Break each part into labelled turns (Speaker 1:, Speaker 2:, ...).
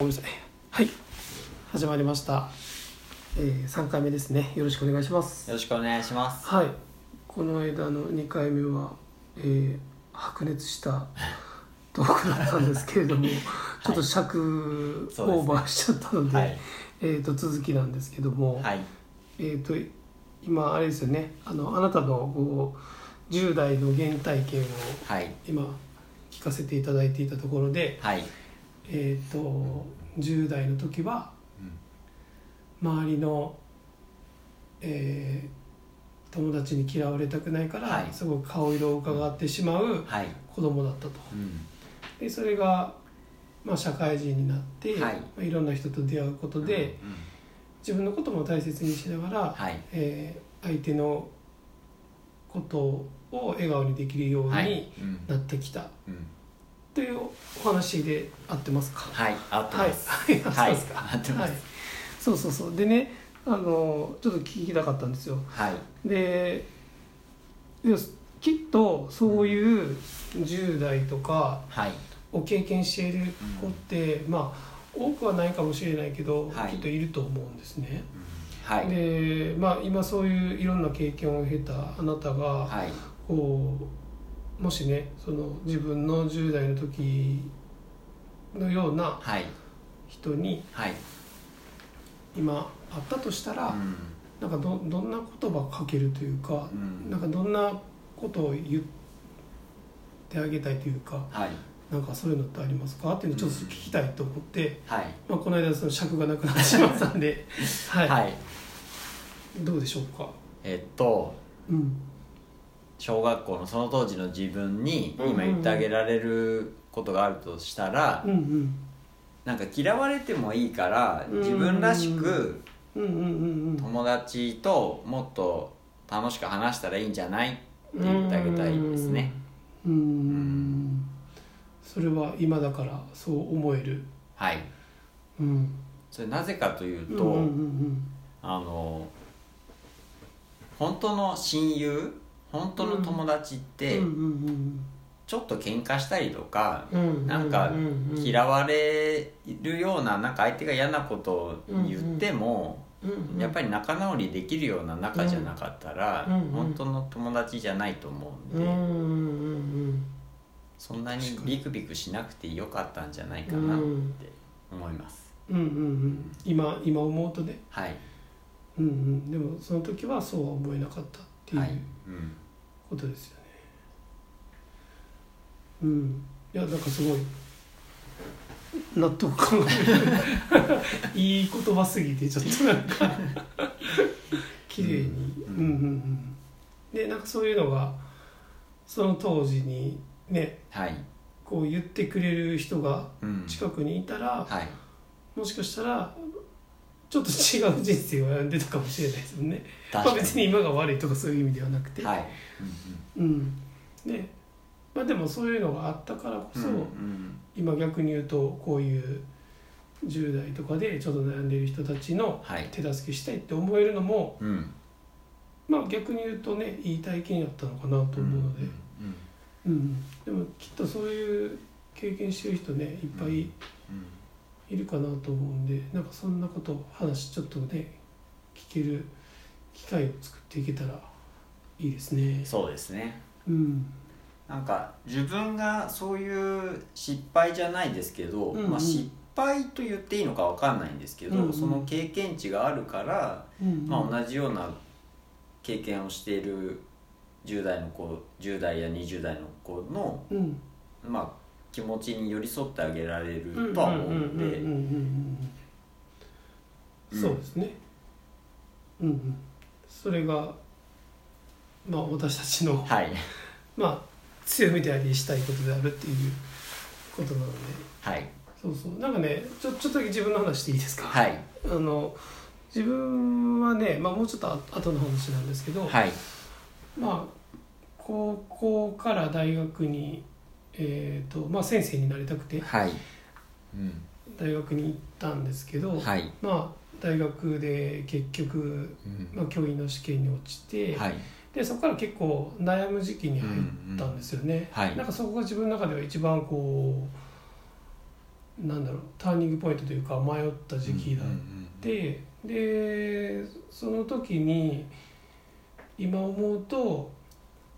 Speaker 1: ごめんなさいはい始まりました、えー、3回目ですねよろしくお願いします
Speaker 2: よろしくお願いします。
Speaker 1: はいこの間の2回目は、えー白熱 したトークだったんですけれども、ちょっと尺
Speaker 2: そうですね
Speaker 1: オーバーしちゃったので
Speaker 2: はい。
Speaker 1: えー、と続きなんですけども、
Speaker 2: はい。
Speaker 1: えー、と今あれですよねあのあなたのこう10代の原体験を
Speaker 2: はい。
Speaker 1: 今聞かせていただいていたところで、
Speaker 2: はい。
Speaker 1: えー、と10代の時は周りの、えー友達に嫌われたくないから、
Speaker 2: はい
Speaker 1: すごく顔色を伺ってしまう
Speaker 2: はい。
Speaker 1: 子供だったと。
Speaker 2: うん。
Speaker 1: でそれが、まあ、社会人になって、
Speaker 2: はい
Speaker 1: まあ、いろんな人と出会うことで、
Speaker 2: うん、
Speaker 1: 自分のことも大切にしながら、
Speaker 2: はい。
Speaker 1: えー相手のことを笑顔にできるよう
Speaker 2: はい
Speaker 1: に。
Speaker 2: うん。
Speaker 1: なってきた、
Speaker 2: うん。
Speaker 1: というお話で合ってますか
Speaker 2: はい。合ってます。
Speaker 1: はい、
Speaker 2: は
Speaker 1: はいい、そうですか
Speaker 2: 合ってます
Speaker 1: はい、そうそうそうでねあのちょっと聞きたかったんですよ
Speaker 2: はい。
Speaker 1: ででもきっとそういう10代とか
Speaker 2: はい。
Speaker 1: を経験している子って、まあ多くはないかもしれないけど、
Speaker 2: はい
Speaker 1: きっといると思うんですね、
Speaker 2: はい。
Speaker 1: で、まあ、今そういういろんな経験を経たあなたが、
Speaker 2: はい。
Speaker 1: こうもしねその自分の10代の時のような
Speaker 2: はい。
Speaker 1: 人に
Speaker 2: はい。
Speaker 1: 今あったとしたら、
Speaker 2: うん。
Speaker 1: なんかどどんな言葉かけるというか
Speaker 2: う、ん
Speaker 1: なんかどんなことを言ってあげたいというか
Speaker 2: はい。
Speaker 1: なんかそういうのってありますかっていうのをちょっと聞きたいと思って、
Speaker 2: はい。
Speaker 1: まあ、この間その尺がなくなってしまったんで、はい
Speaker 2: はい。
Speaker 1: どうでしょうか、
Speaker 2: えっと。
Speaker 1: うん
Speaker 2: 小学校のその当時の自分に
Speaker 1: うんうん
Speaker 2: 今言ってあげられることがあるとしたら、
Speaker 1: うんうん、
Speaker 2: なんか嫌われてもいいから
Speaker 1: うん
Speaker 2: 自分らしく
Speaker 1: うんうんうんうん
Speaker 2: 友達ともっと楽しく話したらいいんじゃないって言ってあげたいですね。
Speaker 1: うんうんそれは今だからそう思える
Speaker 2: はい。
Speaker 1: うん
Speaker 2: それなぜかというと、
Speaker 1: うんうんうん
Speaker 2: あの本当の親友本当の友達っ
Speaker 1: うん
Speaker 2: て
Speaker 1: うんうん
Speaker 2: ちょっと喧嘩したりとか、
Speaker 1: うんうん
Speaker 2: なんか
Speaker 1: うんうんうん
Speaker 2: 嫌われるようななんか相手が嫌なことを言っても、
Speaker 1: うんうん
Speaker 2: やっぱり仲直りできるような仲じゃなかったら、
Speaker 1: うんうん
Speaker 2: 本当の友達じゃないと思うん
Speaker 1: うん
Speaker 2: で、
Speaker 1: うんうん
Speaker 2: そんなにビクビクしなくてよかったんじゃないか
Speaker 1: うん
Speaker 2: なって思います。
Speaker 1: うんうんうん今今思うとね、
Speaker 2: はい、
Speaker 1: うんうん、でもその時はそうは思えなかったってい
Speaker 2: はいううん
Speaker 1: ことですよね、うんいやなんかすごい納得感がいい言葉すぎてちょっとなんか綺麗にう
Speaker 2: うんん
Speaker 1: うんうんでなんかそういうのがその当時にね
Speaker 2: はい
Speaker 1: こう言ってくれる人が
Speaker 2: うん
Speaker 1: 近くにいたら、
Speaker 2: はい
Speaker 1: もしかしたらちょっと違う人生を歩んでたかもしれないですもんね、ま
Speaker 2: 確
Speaker 1: あ、
Speaker 2: か
Speaker 1: 別に今が悪いとかそういう意味ではなくて、
Speaker 2: はい、うん
Speaker 1: うんねまあ、でもそういうのがあったからこそ、
Speaker 2: うんうん
Speaker 1: 今逆に言うとこういう10代とかでちょっと悩んでる人たちの
Speaker 2: はい、
Speaker 1: 手助けしたいって思えるのも、
Speaker 2: うん、
Speaker 1: まあ、逆に言うとねいい体験やったのかなと思うので、
Speaker 2: んう
Speaker 1: う
Speaker 2: ん
Speaker 1: んでもきっとそういう経験してる人ねいっぱい
Speaker 2: うん
Speaker 1: いるかなと思うんでなんかそんなこと話ちょっとね聞ける機会を作っていけたらいいですね。
Speaker 2: そうですね
Speaker 1: うん
Speaker 2: なんか自分がそういう失敗じゃないですけど、
Speaker 1: うんうん
Speaker 2: まあ、失敗と言っていいのかわかんないんですけど、
Speaker 1: うんうん
Speaker 2: その経験値があるから、
Speaker 1: うん
Speaker 2: まあ、同じような経験をしている10代の子10代や20代の子の、
Speaker 1: うん
Speaker 2: まあ、気持ちに寄り添ってあげられるとは思うんで、
Speaker 1: うんうんうんうんうんそうですね。うんうんそれがまあ私たちの
Speaker 2: はい
Speaker 1: まあ強みでありしたいことであるっていうことなので
Speaker 2: はい
Speaker 1: そうそうなんかねちょちょっとだけ自分の話していいですか。
Speaker 2: はい
Speaker 1: あの自分はね、まあ、もうちょっとあ後の話なんですけど、
Speaker 2: はい
Speaker 1: まあ、高校から大学に、えーとまあ、先生になりたくて
Speaker 2: はい、うん、
Speaker 1: 大学に行ったんですけど、
Speaker 2: はい、
Speaker 1: まあ、大学で結局、
Speaker 2: うん
Speaker 1: まあ、教員の試験に落ちて、
Speaker 2: はい
Speaker 1: でそこから結構悩む時期に入ったんですよね。
Speaker 2: うんうんはい
Speaker 1: なんかそこが自分の中では一番こうなんだろうターニングポイントというか迷った時期だっ
Speaker 3: うん
Speaker 1: て、でその時に今思うと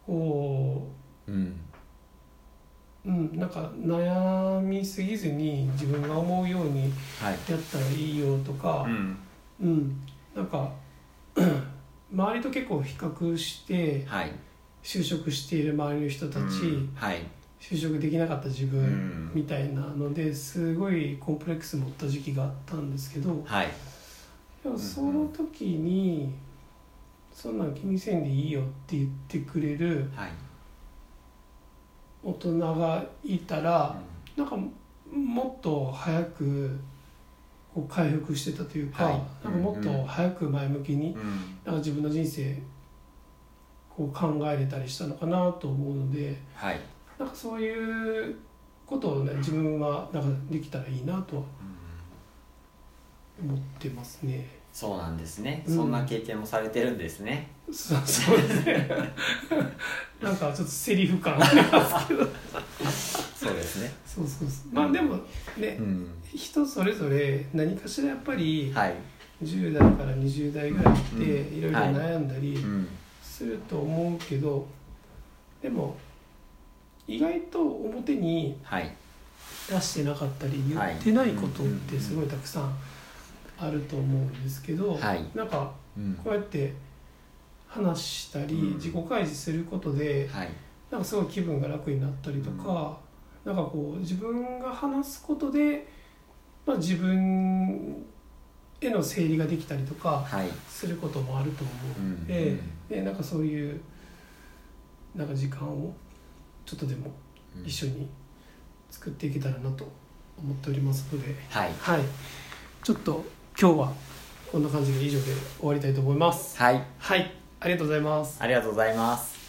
Speaker 1: こ
Speaker 3: うんうん
Speaker 1: う、うん、なんか悩みすぎずに自分が思うように
Speaker 3: はい
Speaker 1: やったらいいよとか、
Speaker 3: うん
Speaker 1: うん、なんか 周りと結構比較して
Speaker 3: はい
Speaker 1: 就職している周りの人たち、
Speaker 3: うんはい
Speaker 1: 就職できなかった自
Speaker 3: う
Speaker 1: 分
Speaker 3: ん
Speaker 1: みたいなのですごいコンプレックス持った時期があったんですけど
Speaker 3: はい
Speaker 1: でもその時に「そんなん気にせんでいいよ」って言ってくれる
Speaker 3: はい
Speaker 1: 大人がいたらなんかもっと早くこう回復してたというか、
Speaker 3: はい
Speaker 1: なんかもっと早く前向きに
Speaker 3: うん
Speaker 1: なんか自分の人生こう考えれたりしたのかなと思うので
Speaker 3: はい
Speaker 1: なんかそういうことをね自分はなんかできたらいいなとは思ってますね。
Speaker 2: そうなんですね、
Speaker 1: うん
Speaker 2: そんな経験もされてるんですね
Speaker 1: そうそうですね。なんかちょっとセリフ感ありますけど。
Speaker 2: そうですね
Speaker 1: そうそうそう。まあでもね
Speaker 3: う、ん
Speaker 1: 人それぞれ何かしらやっぱり
Speaker 2: はい
Speaker 1: 10代から20代ぐらいって
Speaker 3: う
Speaker 1: いろいろ悩んだり
Speaker 3: うん
Speaker 1: すると思うけど、でも意外と表に
Speaker 2: はい
Speaker 1: 出してなかったり言
Speaker 2: はい
Speaker 1: ってないことってすごいたくさんあると思うんですけど、
Speaker 2: はい
Speaker 1: なんか
Speaker 3: うん
Speaker 1: こうやって話したり
Speaker 3: うん
Speaker 1: 自己開示することで
Speaker 2: はい
Speaker 1: なんかすごい気分が楽になったりとか、なんかこう自分が話すことで、まあ、自分への整理ができたりとか
Speaker 2: はい
Speaker 1: することもあると思
Speaker 3: う
Speaker 1: うの
Speaker 3: ん
Speaker 1: で,、でなんかそういうなんか時間をちょっとでも一緒に作っていけたらなと思っておりますので、
Speaker 2: はい
Speaker 1: はい、ちょっと今日はこんな感じで以上で終わりたいと思います。
Speaker 2: はい
Speaker 1: はい、ありがとうございます。
Speaker 2: ありがとうございます